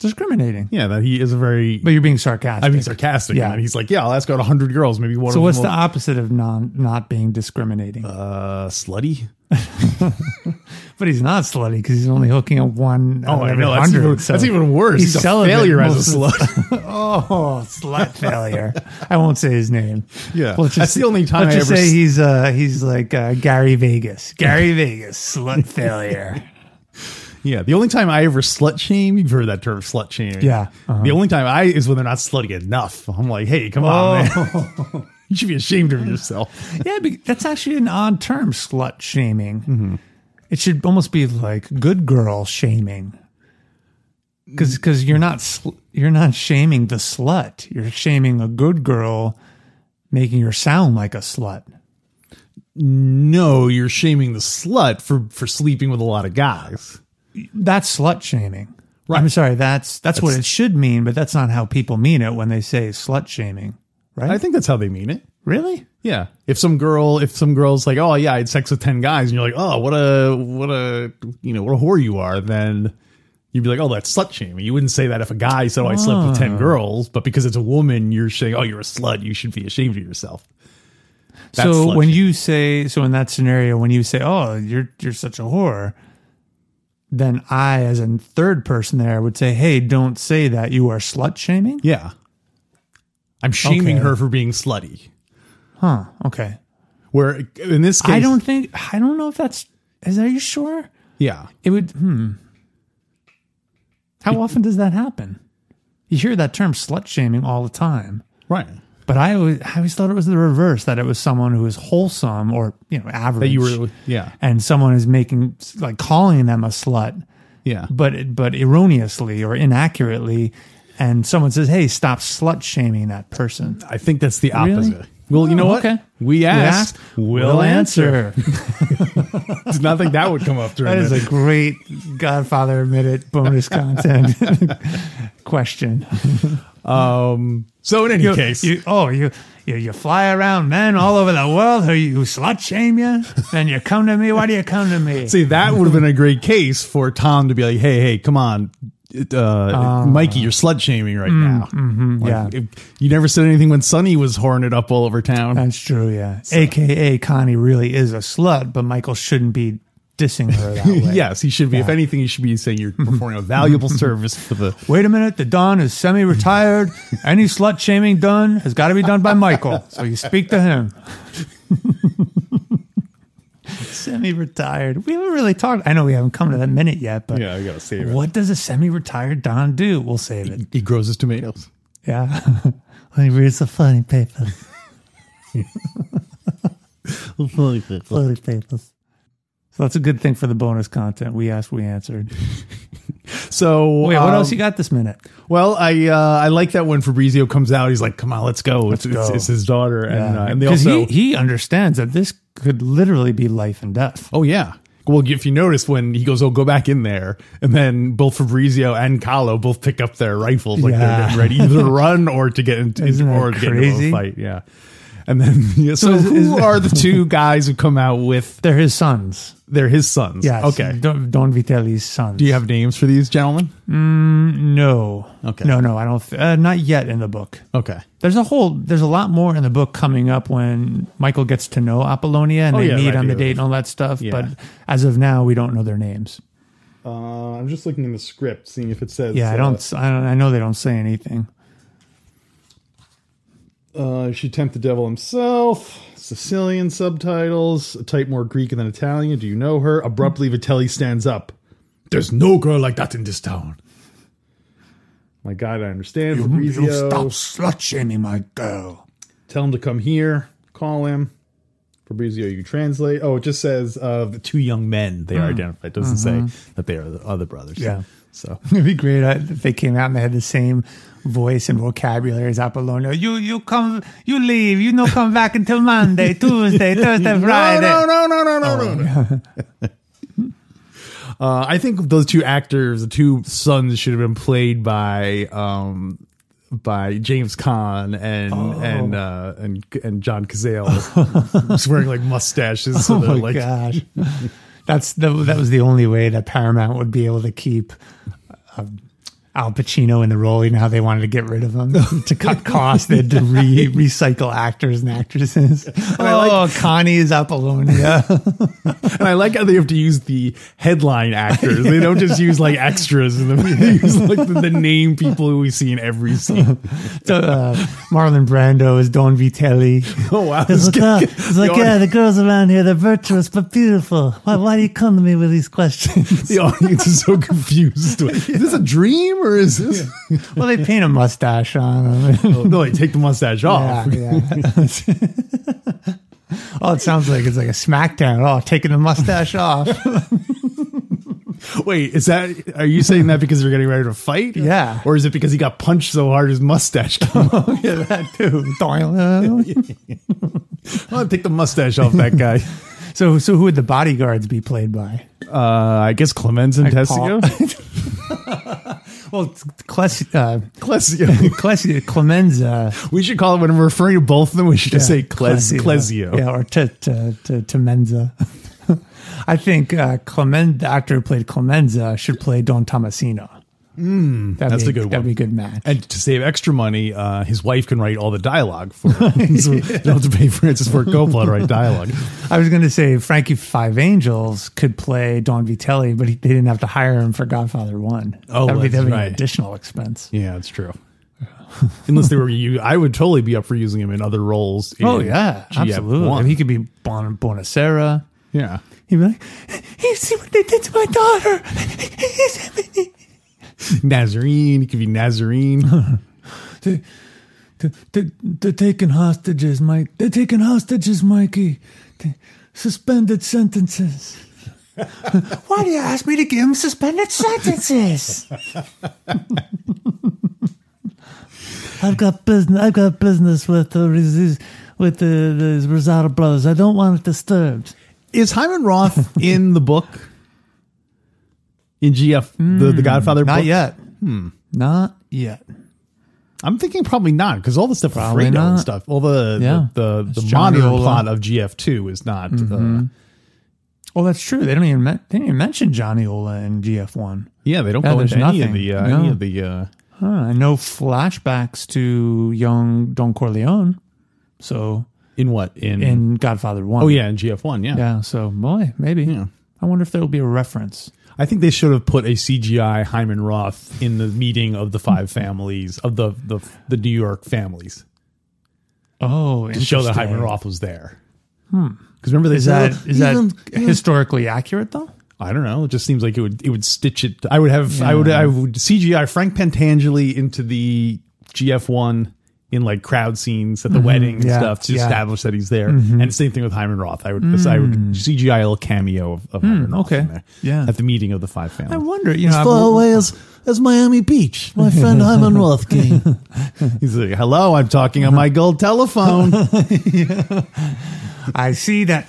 B: discriminating.
A: Yeah, that he is a very.
B: But you're being sarcastic.
A: I mean, sarcastic.
B: Yeah.
A: Yeah, and he's like, yeah, I'll ask out hundred girls, maybe one.
B: so
A: of
B: what's
A: them
B: the opposite of non not being discriminating?
A: will, uh, slutty?
B: but he's not slutty because he's only hooking up one.
A: Oh, I know. That's
B: Hundred.
A: even,
B: so
A: that's even worse. He's, a
B: celibate
A: failure as
B: most
A: a
B: of the-
A: slut.
B: oh, slut failure. I won't say his name.
A: Yeah.
B: Let's
A: That's the only time
B: Let's
A: I
B: just
A: ever
B: say
A: s-
B: he's uh he's like uh, Gary Vegas. Gary Vegas, slut failure.
A: Yeah, the only time I ever slut shame, you've heard that term slut shame.
B: Yeah, uh-huh.
A: The only time I is when they're not slutty enough. I'm like, hey, come on, man. you should be ashamed of yourself.
B: Yeah, but that's actually an odd term, slut shaming. It should almost be like good girl shaming. Because you're not sl- you're not shaming the slut. You're shaming a good girl, making her sound like a slut.
A: No, you're shaming the slut for for sleeping with a lot of guys.
B: That's slut shaming.
A: Right.
B: I'm sorry. That's, that's what it should mean, but that's not how people mean it when they say slut shaming. right?
A: I think that's how they mean it.
B: really?
A: Yeah. If some girl, if some girl's like, oh yeah, I had sex with ten guys, and you're like, oh, what a what a you know what a whore you are, then you'd be like, oh, that's slut shaming. You wouldn't say that if a guy said, oh, I slept with
B: Ah.
A: ten girls, but because it's a woman, you're saying, oh, you're a slut. You should be ashamed of yourself. That's
B: so
A: slut
B: when
A: shaming.
B: you say so in that scenario, when you say, "Oh, you're you're such a whore," then I, as a third person there, would say, "Hey, don't say that. You are slut shaming."
A: yeah, I'm shaming
B: Okay.
A: her for being slutty.
B: Huh? Okay.
A: Where in this case,
B: I don't think I don't know if that's. Is are you sure?
A: Yeah,
B: It would. Hmm. How often does that happen? You hear that term slut shaming all the time.
A: right.
B: But I always, I always thought it was the reverse that it was someone who is wholesome or you know average
A: That you were, yeah,
B: and someone is making like calling them a slut,
A: yeah,
B: but but erroneously or inaccurately, and someone says, "Hey, stop slut shaming that person."
A: I think that's the
B: Really?
A: opposite. Well, you know
B: Oh,
A: what?
B: okay.
A: We asked,
B: asked,
A: we'll, answer. Did not think that would come up during
B: that is
A: this.
B: a great Godfather minute bonus content question.
A: so in any
B: You-
A: case,
B: you- oh, you, you you fly around men all over the world who you slut shame you, then you come to me. Why do you come to me?
A: see that would have been a great case for Tom to be like, "Hey, hey, come on, it, uh, Mikey, you're slut shaming right now."
B: yeah.
A: If- you never said anything when Sonny was horned up all over town.
B: That's true, yeah. AKA Connie really is a slut, but Michael shouldn't be dissing her that way.
A: yes, he should be. If anything, he should be saying you're performing a valuable service for the.
B: Wait a minute, the Don is semi retired. Any slut shaming done has got to be done by Michael. So you speak to him. semi retired. We haven't really talked. I know we haven't come to that minute yet, but
A: I gotta save
B: what does a semi retired Don do? We'll save it.
A: He grows his tomatoes.
B: Yeah. when he reads the funny papers. Floating papers. So that's a good thing for the bonus content. We asked, we answered.
A: So
B: Wait, what
A: um,
B: else you got this minute?
A: Well, I uh, I like that when Fabrizio comes out, he's like, "Come on, let's go." It's, it's,
B: go.
A: it's his daughter, and uh, and they
B: Because
A: also.
B: he, he understands that this could literally be life and death.
A: oh yeah. Well, if you notice when he goes, "Oh, go back in there," and then both Fabrizio and Kahlo both pick up their rifles, like
B: Yeah.
A: they're getting ready either to run or to get into
B: Isn't that
A: or to get into
B: crazy?
A: a fight. Yeah. And then yeah, so,
B: is-
A: who
B: is-
A: are the two guys who come out with?
B: They're his sons.
A: They're his sons.
B: Yes.
A: Okay.
B: Don, Don Vitelli's sons.
A: Do you have names for these gentlemen?
B: No.
A: Okay.
B: No, no, I don't. Th- uh, not yet in the book.
A: Okay.
B: There's a whole. There's a lot more in the book coming up when Michael gets to know Apollonia and
A: Oh,
B: they
A: yeah,
B: meet
A: right,
B: on the
A: yeah.
B: date and all that stuff.
A: Yeah.
B: But as of now, we don't know their names.
A: Uh, I'm just looking in the script, seeing if it says.
B: Yeah, I don't. I don't. I know they don't say anything.
A: Uh, she tempt the devil himself. Sicilian subtitles, a type more Greek than Italian. Do you know her? Abruptly, Vitelli stands up. There's no girl like that in this town. My God, I understand. Fabrizio,
B: slut shaming my girl.
A: tell him to come here. Call him. Fabrizio, you translate. Oh, it just says uh, the two young men they are identified. It doesn't say that they are the other brothers.
B: Yeah.
A: So
B: It'd be great uh, if they came out and they had the same voice and vocabulary as Apollonia. You you come you leave you no come back until Monday Tuesday Thursday Friday.
A: No, no, no, no, no, no, no.
B: Oh.
A: Uh, I think those two actors, the two sons, should have been played by um, by James Caan and
B: Oh.
A: and uh, and and John Cazale, just wearing like mustaches. So
B: Oh
A: they're
B: my
A: like,
B: gosh, that's the, that was the only way that Paramount would be able to keep. Um, Al Pacino in the role, you know how they wanted to get rid of him to cut costs. They had to re- recycle actors and actresses.
A: I like-
B: oh, Connie is Apollonia.
A: and I like how they have to use the headline actors. They don't just use like extras in the they use like the, the name people who we see in every scene.
B: So, uh, Marlon Brando is Don Vitelli.
A: Oh wow,
B: It's
A: this
B: like,
A: guy-
B: oh, it's like,
A: the
B: yeah, the girls around here, they're virtuous but beautiful. Why, why do you come to me with these questions?
A: The audience is so confused. Is this a dream or is this?
B: well, they paint a mustache on them.
A: Oh, no, they take the mustache
B: yeah,
A: off.
B: yeah. oh, it sounds like it's like a smackdown. Oh, taking the mustache off.
A: Wait, is that? Are you saying that because they're getting ready to fight?
B: Yeah.
A: Or is it because he got punched so hard his mustache? came off?
B: yeah, that too.
A: I'll take the mustache off that guy.
B: so, so who would the bodyguards be played by?
A: Uh, I guess Clemens and
B: Like
A: Testigo.
B: Well, it's Cles- uh,
A: Clesio.
B: Clesia, Clemenza.
A: we should call it when we're referring to both of them. We should just say Cles- Clesio.
B: Yeah, or to, to, to, to Menza. I think uh, Clemen, the actor who played Clemenza should play Don Tomasino.
A: Hmm,
B: Mm,
A: that's a good one.
B: That'd be a good match.
A: And to save extra money, uh, his wife can write all the dialogue for him. so you don't have to pay Francis Ford Coppola to write dialogue.
B: I was going to say Frankie Five Angels could play Don Vitelli, but he, they didn't have to hire him for Godfather One.
A: Oh,
B: that'd be,
A: that's
B: that'd be
A: right.
B: an additional expense.
A: Yeah, that's true. Unless they were you, I would totally be up for using him in other roles. in
B: Oh yeah,
A: GF1.
B: absolutely. I mean, he could be Bon Bonacera.
A: yeah.
B: He'd be like, "You see what they did to my daughter?
A: Nazarene. He could be Nazarene.
B: they, they, they, they're taking hostages, Mike. They're taking hostages, Mikey. They- suspended sentences. Why do you ask me to give him suspended sentences? I've got business. I've got business with the Riz- with the, the Rosado brothers. I don't want it disturbed.
A: Is Hyman Roth in the book? In GF, the, the Godfather book?
B: yet. Hmm. Not yet.
A: I'm thinking probably not because all the stuff with
B: Probably
A: Fredo and
B: not.
A: stuff, all the
B: Yeah.
A: the, the, the
B: It's
A: modern
B: Johnny Mm-hmm. Ola.
A: plot of GF2 is not. Uh,
B: Well, that's true. They don't even men- they didn't even mention Johnny Ola in GF one.
A: yeah, they don't
B: Yeah,
A: go
B: there's
A: into any of
B: nothing.
A: the uh,
B: No.
A: any of the. Uh,
B: Huh, no flashbacks to young Don Corleone. So
A: In what? In,
B: in Godfather One.
A: oh yeah, in GF one, yeah.
B: Yeah. So boy, maybe.
A: Yeah.
B: I wonder if there will be a reference.
A: I think they should have put a CGI Hyman Roth in the meeting of the five families of the the, the New York families
B: Oh,
A: to show that Hyman Roth was there. Hmm. Because remember they
B: Is
A: said
B: that is that historically accurate though?
A: I don't know. It just seems like it would it would stitch it. I would have I would I would CGI Frank Pentangeli into the GF one in like crowd scenes at the wedding and
B: Mm-hmm. Yeah.
A: stuff to
B: Yeah. Mm-hmm.
A: establish that he's there. And same thing with Hyman Roth. I would I would CGI a little cameo of, of Hyman Roth
B: Mm. okay.
A: in there
B: Yeah.
A: at the meeting of the five families.
B: I wonder. You know, I've-
A: as, as Miami Beach. My friend Hyman Roth came. He's like, hello, I'm talking on my gold telephone.
B: I see that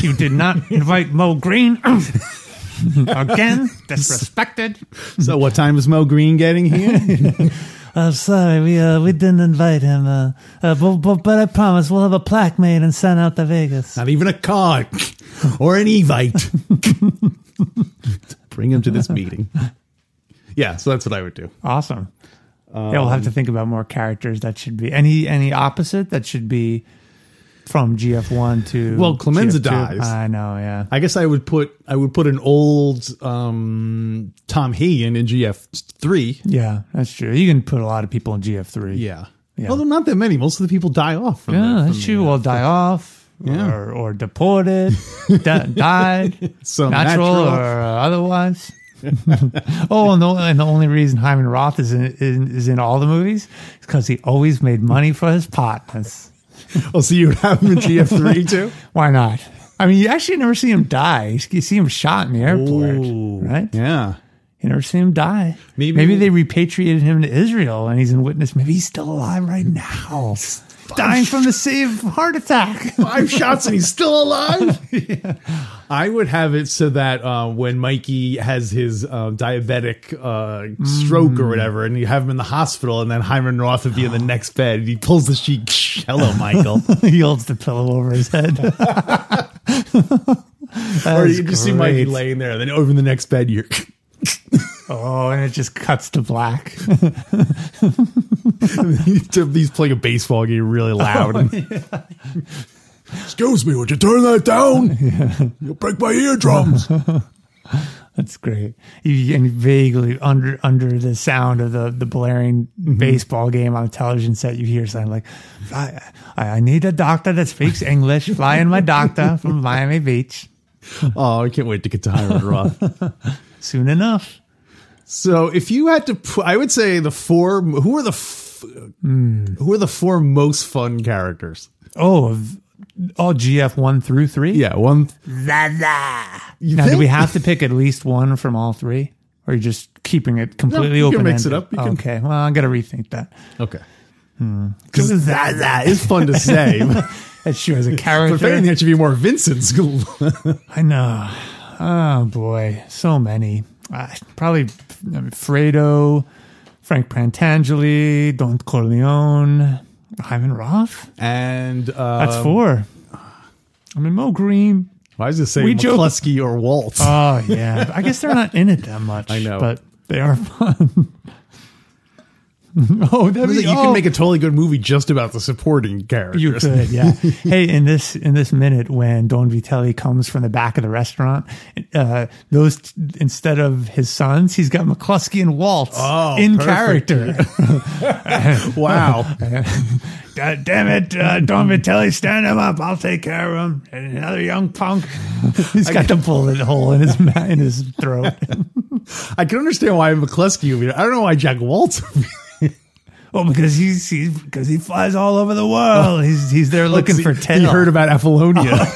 B: you did not invite Mo Green again. Disrespected.
A: so what time is Mo Green getting here?
B: I'm sorry, we uh, we didn't invite him. Uh, uh, but, but but I promise we'll have a plaque made and sent out to Vegas.
A: Not even a card or an evite. Bring him to this meeting. Yeah, so that's what I would do.
B: Awesome. yeah, we'll have
A: Um,
B: to think about more characters that should be any any opposite that should be from GF one to
A: Well, Clemenza
B: GF2.
A: dies.
B: I know, yeah.
A: I guess I would put I would put an old um, Tom Hagen in GF three.
B: Yeah, that's true. You can put a lot of people in GF three.
A: Yeah.
B: Yeah.
A: Although not that many. Most of the people die off. From the-
B: Yeah,
A: from
B: that's true. Will die off
A: Yeah.
B: or or deported, di- died,
A: So
B: natural,
A: natural.
B: or uh, otherwise. oh, and the, and the only reason Hyman Roth is in, in is in all the movies is because he always made money for his partners.
A: I'll see Oh, you would have him in GF three too.
B: Why not? I mean, you actually never see him die. You see him shot in the airport,
A: Ooh.
B: right?
A: Yeah.
B: You never see him die.
A: Maybe-
B: Maybe, they repatriated him to Israel and he's in witness. Maybe he's still alive right now. Dying from the same heart attack.
A: Five shots and he's still alive. I would have it so that uh, when Mikey has his uh, diabetic uh, stroke or whatever, and you have him in the hospital, and then Hyman Roth would be in the next bed, and he pulls the sheet. Hello, Michael.
B: he holds the pillow over his head.
A: or
B: is
A: you just see Mikey
B: great.
A: laying there, and then over in the next bed, you're.
B: oh, and it just cuts to black.
A: He's playing a baseball game really loud. Oh, Excuse me, would you turn that down? You'll break my eardrums.
B: That's great. You, and vaguely under under the sound of the the blaring baseball game on a television set, you hear something like, "I, I I need a doctor that speaks English. Fly in my doctor from Miami Beach
A: oh, I can't wait to get to Hyman Roth.
B: soon enough."
A: So if you had to, pu- I would say the four. Who are the f- who are the four most fun characters?
B: Oh, of all GF one through three.
A: Yeah, one. You
B: Now, do
A: think?
B: we have to pick at least one from all three, or are you just keeping it completely
A: you
B: open?
A: can mix it up. You can-
B: Okay. Well, I got to rethink that.
A: Okay,
B: Because that
A: it's fun to say.
B: That's true. As a
A: But if anything,
B: character,
A: there should be more Vincent's.
B: I know. Oh boy, so many. Uh, probably I mean, Fredo, Frank Prantangeli, Don Corleone, Hyman Roth.
A: And uh,
B: That's four. I mean, Mo Green.
A: I was just saying
B: We joke-
A: McCluskey or Waltz.
B: Oh, yeah. I guess they're not in it that much.
A: I know.
B: But they are fun. oh, that'd
A: It was
B: be,
A: like, you
B: oh,
A: can make a totally good movie just about the supporting characters.
B: You could, yeah. hey, in this in this minute when Don Vitelli comes from the back of the restaurant, uh, those instead of his sons, he's got McCluskey and Waltz
A: Oh,
B: in
A: perfect.
B: character.
A: Wow.
B: God damn it, uh, Don Vitelli, stand him up! I'll take care of him. And another young punk. he's got the bullet hole in his ma- in his throat.
A: I can understand why McCluskey would be. I don't know why Jack Waltz would be
B: well, Oh, because he's, he's because he flies all over the world. He's he's there looking for tail.
A: He
B: Uh-huh.
A: heard about Apollonia.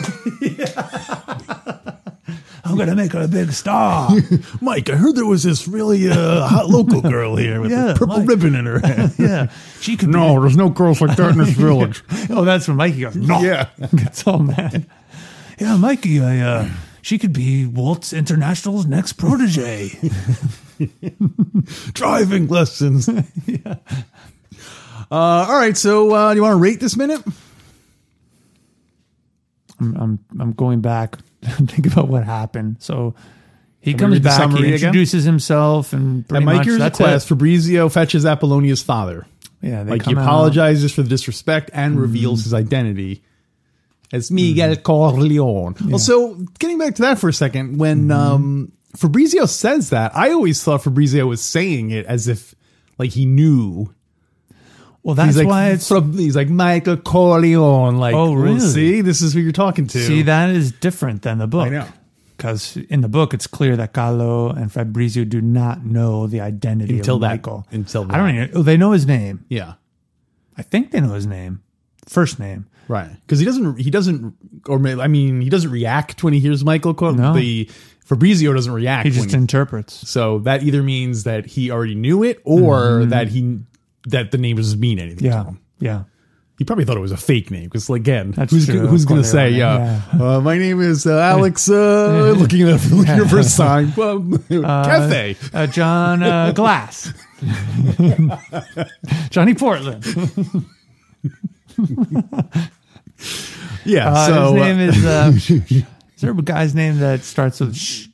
B: I'm gonna make her a big star.
A: Mike, I heard there was this really uh, hot local girl here with
B: Yeah,
A: a purple
B: Mike.
A: ribbon in her hand.
B: yeah, she could. be
A: No, there's no girls like that in this village.
B: Oh, that's when Mikey goes, no.
A: Yeah.
B: Gets all mad. Yeah, Mikey, I, uh, she could be Waltz International's next protege.
A: Driving lessons. uh, all right, so uh, you want to rate this minute?
B: I'm, I'm, I'm going back and think about what happened. So he
A: we
B: comes
A: read the
B: back,
A: summary
B: he
A: again?
B: introduces himself, and pretty
A: At
B: much
A: Mike's
B: that's
A: request,
B: it.
A: Fabrizio fetches Apollonia's father.
B: Yeah, they
A: Like he
B: come out. Mm-hmm.
A: apologizes for the disrespect and reveals his identity
B: Mm.
A: as Miguel Corleone. Also, getting back to that for a second, when
B: Mm-hmm.
A: um, Fabrizio says that, I always thought Fabrizio was saying it as if like he knew.
B: Well, that's
A: he's like,
B: why it's.
A: "Fab-" he's like Michael Corleone. Like,
B: Oh, really?
A: see, this is who you're talking to.
B: See, that is different than the book.
A: I know.
B: Because in the book, it's clear that Gallo and Fabrizio do not know the identity
A: Until
B: of
A: that-
B: Michael.
A: until
B: I don't even. Oh, they know his name.
A: Yeah,
B: I think they know his name, first name.
A: right. Because he doesn't. He doesn't. Or may- I mean, he doesn't react when he hears Michael. Cor-
B: No.
A: The Fabrizio doesn't react.
B: He
A: when
B: just interprets.
A: So that either means that he already knew it or that he that the name doesn't mean anything to
B: Yeah,
A: him.
B: yeah.
A: He probably thought it was a fake name because, again,
B: That's
A: who's
B: true.
A: gonna- who's going to
B: That's
A: say,
B: quite
A: yeah, uh, my name is uh, Alex, uh, looking at a familiar first sign, well, Cafe.
B: Uh, John uh, Glass, Johnny Portland.
A: Yeah,
B: Uh,
A: so
B: his
A: uh,
B: name is. Uh, is there a guy's name that starts with sh?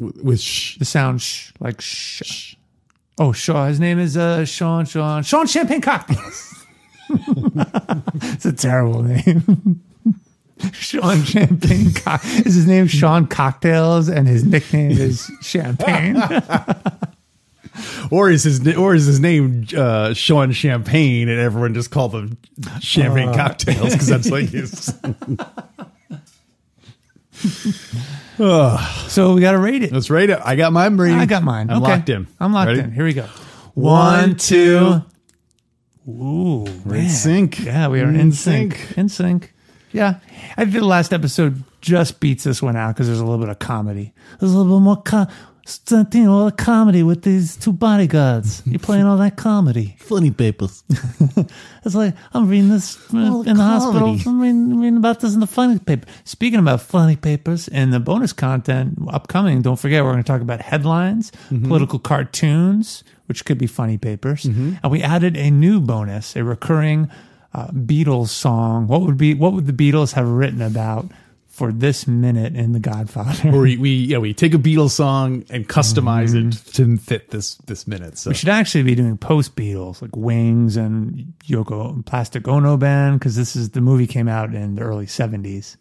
A: w- with sh-
B: The sound sh, like sh. Oh, Shaw. His name is uh, Sean. Sean. Sean Champagne Cocktails. it's a terrible name. Sean Champagne Cock- is his name. Sean Cocktails, and his nickname is Champagne.
A: or is his na- or is his name uh, Sean Champagne, and everyone just called him Champagne
B: Uh.
A: cocktails because that's like his.
B: So we got to rate it.
A: Let's rate it. I got mine rating.
B: I got mine.
A: I'm
B: Okay.
A: locked in.
B: I'm locked
A: Ready?
B: in. Here we go.
A: One, two.
B: Ooh, we're
A: in sync.
B: Yeah, we are in,
A: In
B: sync.
A: sync.
B: In sync. Yeah, I think the last episode just beats this one out because there's a little bit of comedy. There's a little bit more co- something, all the comedy with these two bodyguards. You're playing all that comedy.
A: Funny papers.
B: It's like I'm reading this uh,
A: All
B: in the hospital.
A: comedy.
B: I'm reading, reading about this in the funny paper. Speaking about funny papers and the bonus content upcoming, don't forget we're going to talk about headlines, political cartoons, which could be funny papers, and we added a new bonus, a recurring uh, Beatles song. What would be what would the Beatles have written about for this minute in The Godfather?
A: Or we, we yeah we take a Beatles song and customize it to fit this this minute. So
B: Mm-hmm. We should actually be doing post Beatles, like Wings and Yoko Plastic Ono Band, because this is the movie came out in the early seventies.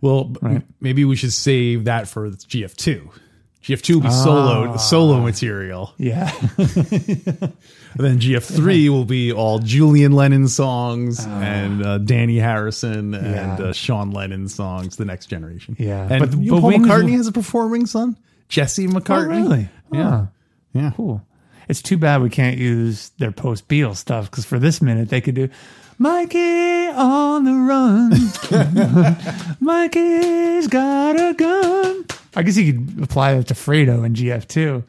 A: well b- maybe we should save that for GF two. GF two will be
B: Ah.
A: solo solo material.
B: Yeah.
A: Oh, And then GF three will be all Julian Lennon songs and uh, Danny Harrison and
B: Ah. Yeah.
A: uh, Sean Lennon songs. The next generation.
B: Yeah.
A: and
B: But-
A: you know
B: but
A: Paul
B: Wings-
A: McCartney has a performing son, Jesse McCartney.
B: Oh, really?
A: Yeah. Yeah.
B: Cool. It's too bad we can't use their post Beatles stuff because for this minute they could do Mikey on the run. Mikey's got a gun. I guess you could apply that to Fredo in GF2.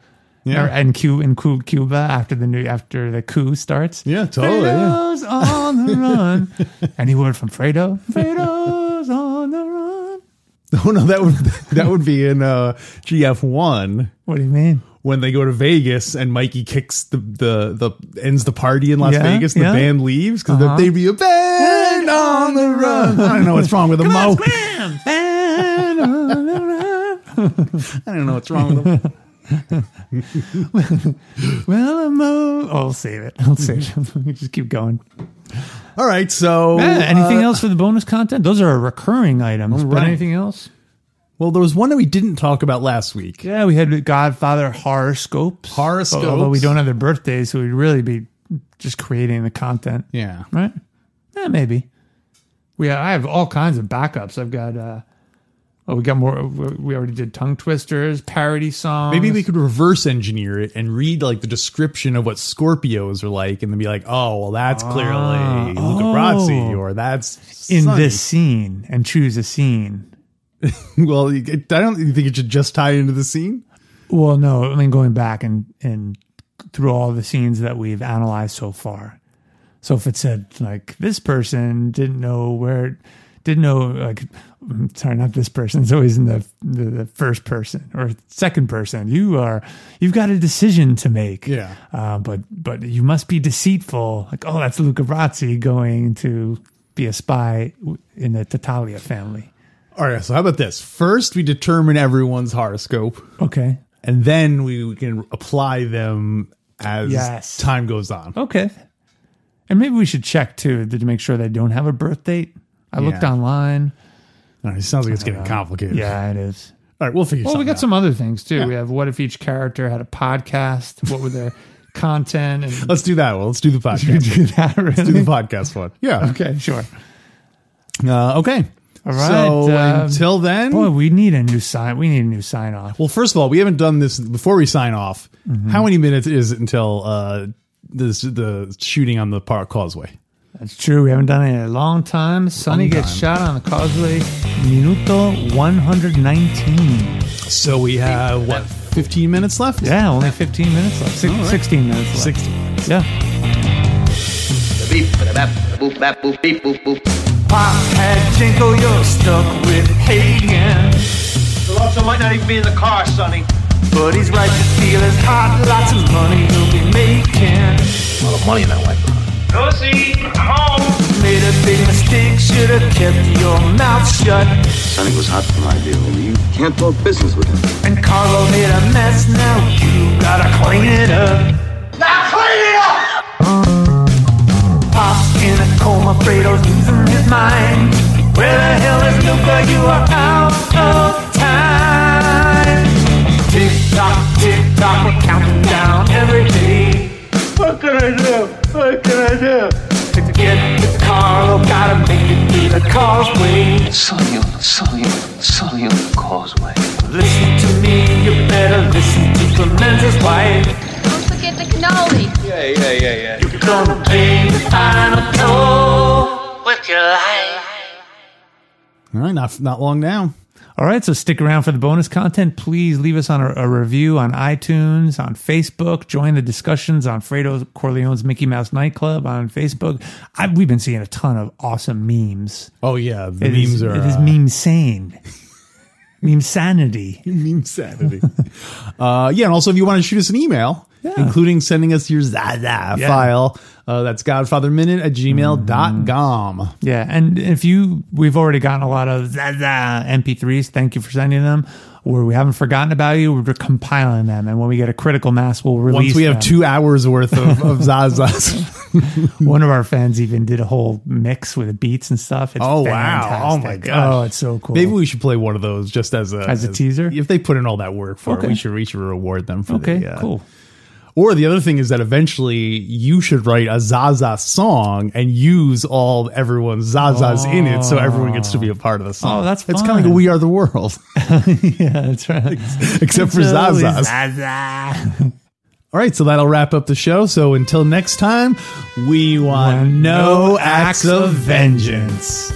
A: Yeah.
B: Or- and Q in Cu- Cuba after the new after the coup starts.
A: Yeah, totally, yeah.
B: Fredo's on the run. Any word from Fredo? Fredo's on the run.
A: Oh no, that would that would be in uh, GF one.
B: What do you mean?
A: when they go to Vegas and Mikey kicks the the, the ends the party in Las
B: Yeah,
A: Vegas, the
B: yeah. Uh-huh.
A: band leaves because they be a band on the run. I don't know what's wrong with them, Mo. I don't know what's wrong with them.
B: Well, I'm, uh, I'll save it. I'll save it. Just keep going.
A: All right, so
B: Yeah, anything
A: uh,
B: else for the bonus content? Those are recurring items. But
A: right.
B: anything else?
A: Well, there was one that we didn't talk about last week.
B: Yeah, we had Godfather horoscopes.
A: Horoscopes.
B: Although we don't have their birthdays, so we'd really be just creating the content,
A: Yeah.
B: right? Yeah, maybe. We uh, I have all kinds of backups. I've got. uh Oh, we got more. We already did tongue twisters, parody songs.
A: Maybe we could reverse engineer it and read like the description of what Scorpios are like, and then be like, "Oh, well, that's clearly Luca
B: Oh.
A: Brasi, or that's
B: in
A: Sonny.
B: this scene and choose a scene.
A: Well, it- I don't think it should just tie into the scene.
B: Well, no, I mean going back and and through all the scenes that we've analyzed so far. So if it said like this person didn't know where, didn't know like, I'm sorry, not this person. It's always in the, the the first person or second person. You are you've got a decision to make.
A: Yeah.
B: Uh, but but you must be deceitful. Like oh, that's Luca Brasi going to be a spy w- in the Tatalia family.
A: All right. So how about this? First, we determine everyone's horoscope,
B: Okay.
A: and then we, we can apply them as
B: Yes.
A: time goes on.
B: Okay. And maybe we should check too to make sure they don't have a birth date. I looked
A: Yeah.
B: online.
A: All right, it sounds like it's getting complicated.
B: Yeah, it is.
A: All right. We'll figure.
B: Well, we
A: something
B: got
A: out.
B: some other things too. We have what if each character had a podcast? What were their content? And
A: Let's do that. Well, let's do the podcast.
B: do that.
A: do the
B: Really?
A: podcast one. Yeah.
B: Okay, sure.
A: Uh, okay.
B: All right,
A: So
B: um,
A: until then.
B: Boy, we need a new sign. We need a new sign off.
A: Well, first of all, we haven't done this before we sign off.
B: Mm-hmm.
A: How many minutes is it until uh, this, the shooting on the park causeway?
B: That's true. We haven't done it in a long time. Sonny
A: Long
B: gets shot on the causeway. Minuto one hundred nineteen.
A: So we have what, 15 minutes left?
B: Yeah, only fifteen minutes left. Six,
A: All right.
B: Sixteen minutes left.
A: 16.
B: Yeah.
C: beep, ba bap, boop, bap, boop, beep, boop, boop.
B: Pop had Jingle, you're stuck with Hagen.
D: Alonso might not even be in the car, Sonny.
B: But he's right to feel his heart, lots of money he'll be making.
D: Lucy, I'm home.
B: Made a big mistake, should have kept your mouth shut.
E: Sonny was hot for my deal. You can't talk business with him.
B: And Carlo made a mess, now you gotta clean it up. Pop's in a coma, Fredo's losing his mind. Where the hell is Luca? You are out of time. Tick tock, tick tock, we're counting down every day. What can I do? What can I do? To get to Carlo, gotta make it through the causeway.
E: Sonny on the, Sonny on the, Sonny on the causeway.
B: Listen to me, you better listen to Clemenza's wife.
F: Don't forget the cannoli.
B: You're gonna pay the final toll.
A: All right, not, not long now.
B: All right, so stick around for the bonus content. Please leave us on a, a review on iTunes, on Facebook. Join the discussions on Fredo Corleone's Mickey Mouse Nightclub on Facebook. I, we've been seeing a ton of awesome memes.
A: Oh, yeah. The
B: It
A: memes
B: is-
A: are.
B: it is
A: uh,
B: meme sane, meme sanity.
A: meme sanity. uh, yeah, and also if you want to shoot us an email, including sending us your Zaza file, uh, that's godfatherminute at gmail.com.
B: Yeah, and if you, we've already gotten a lot of Zaza MP3s. Thank you for sending them. Or we haven't forgotten about you. We're compiling them, and when we get a critical mass, we'll release.
A: Once we have
B: them.
A: two hours worth of, of Zazas. Hmm.
B: One of our fans even did a whole mix with beats and stuff. It's
A: Oh,
B: fantastic.
A: wow. Oh, my gosh.
B: Oh, it's so cool.
A: Maybe we should play one of those just as a
B: As a teaser?
A: If they put in all that work for it,
B: Okay.
A: we should we should reward them for
B: okay,
A: the, uh,
B: cool.
A: Or the other thing is that eventually you should write a Zaza song and use all everyone's Zazas in it, so everyone gets to be a part of the song.
B: Oh, that's
A: it's kind of like
B: fun.
A: a We Are the World,
B: yeah, that's right.
A: except for
B: Totally
A: Zazas.
B: Zaza.
A: All right, so that'll wrap up the show. So until next time, we want
B: Want
A: no
B: no
A: acts
B: acts
A: of
B: of
A: vengeance.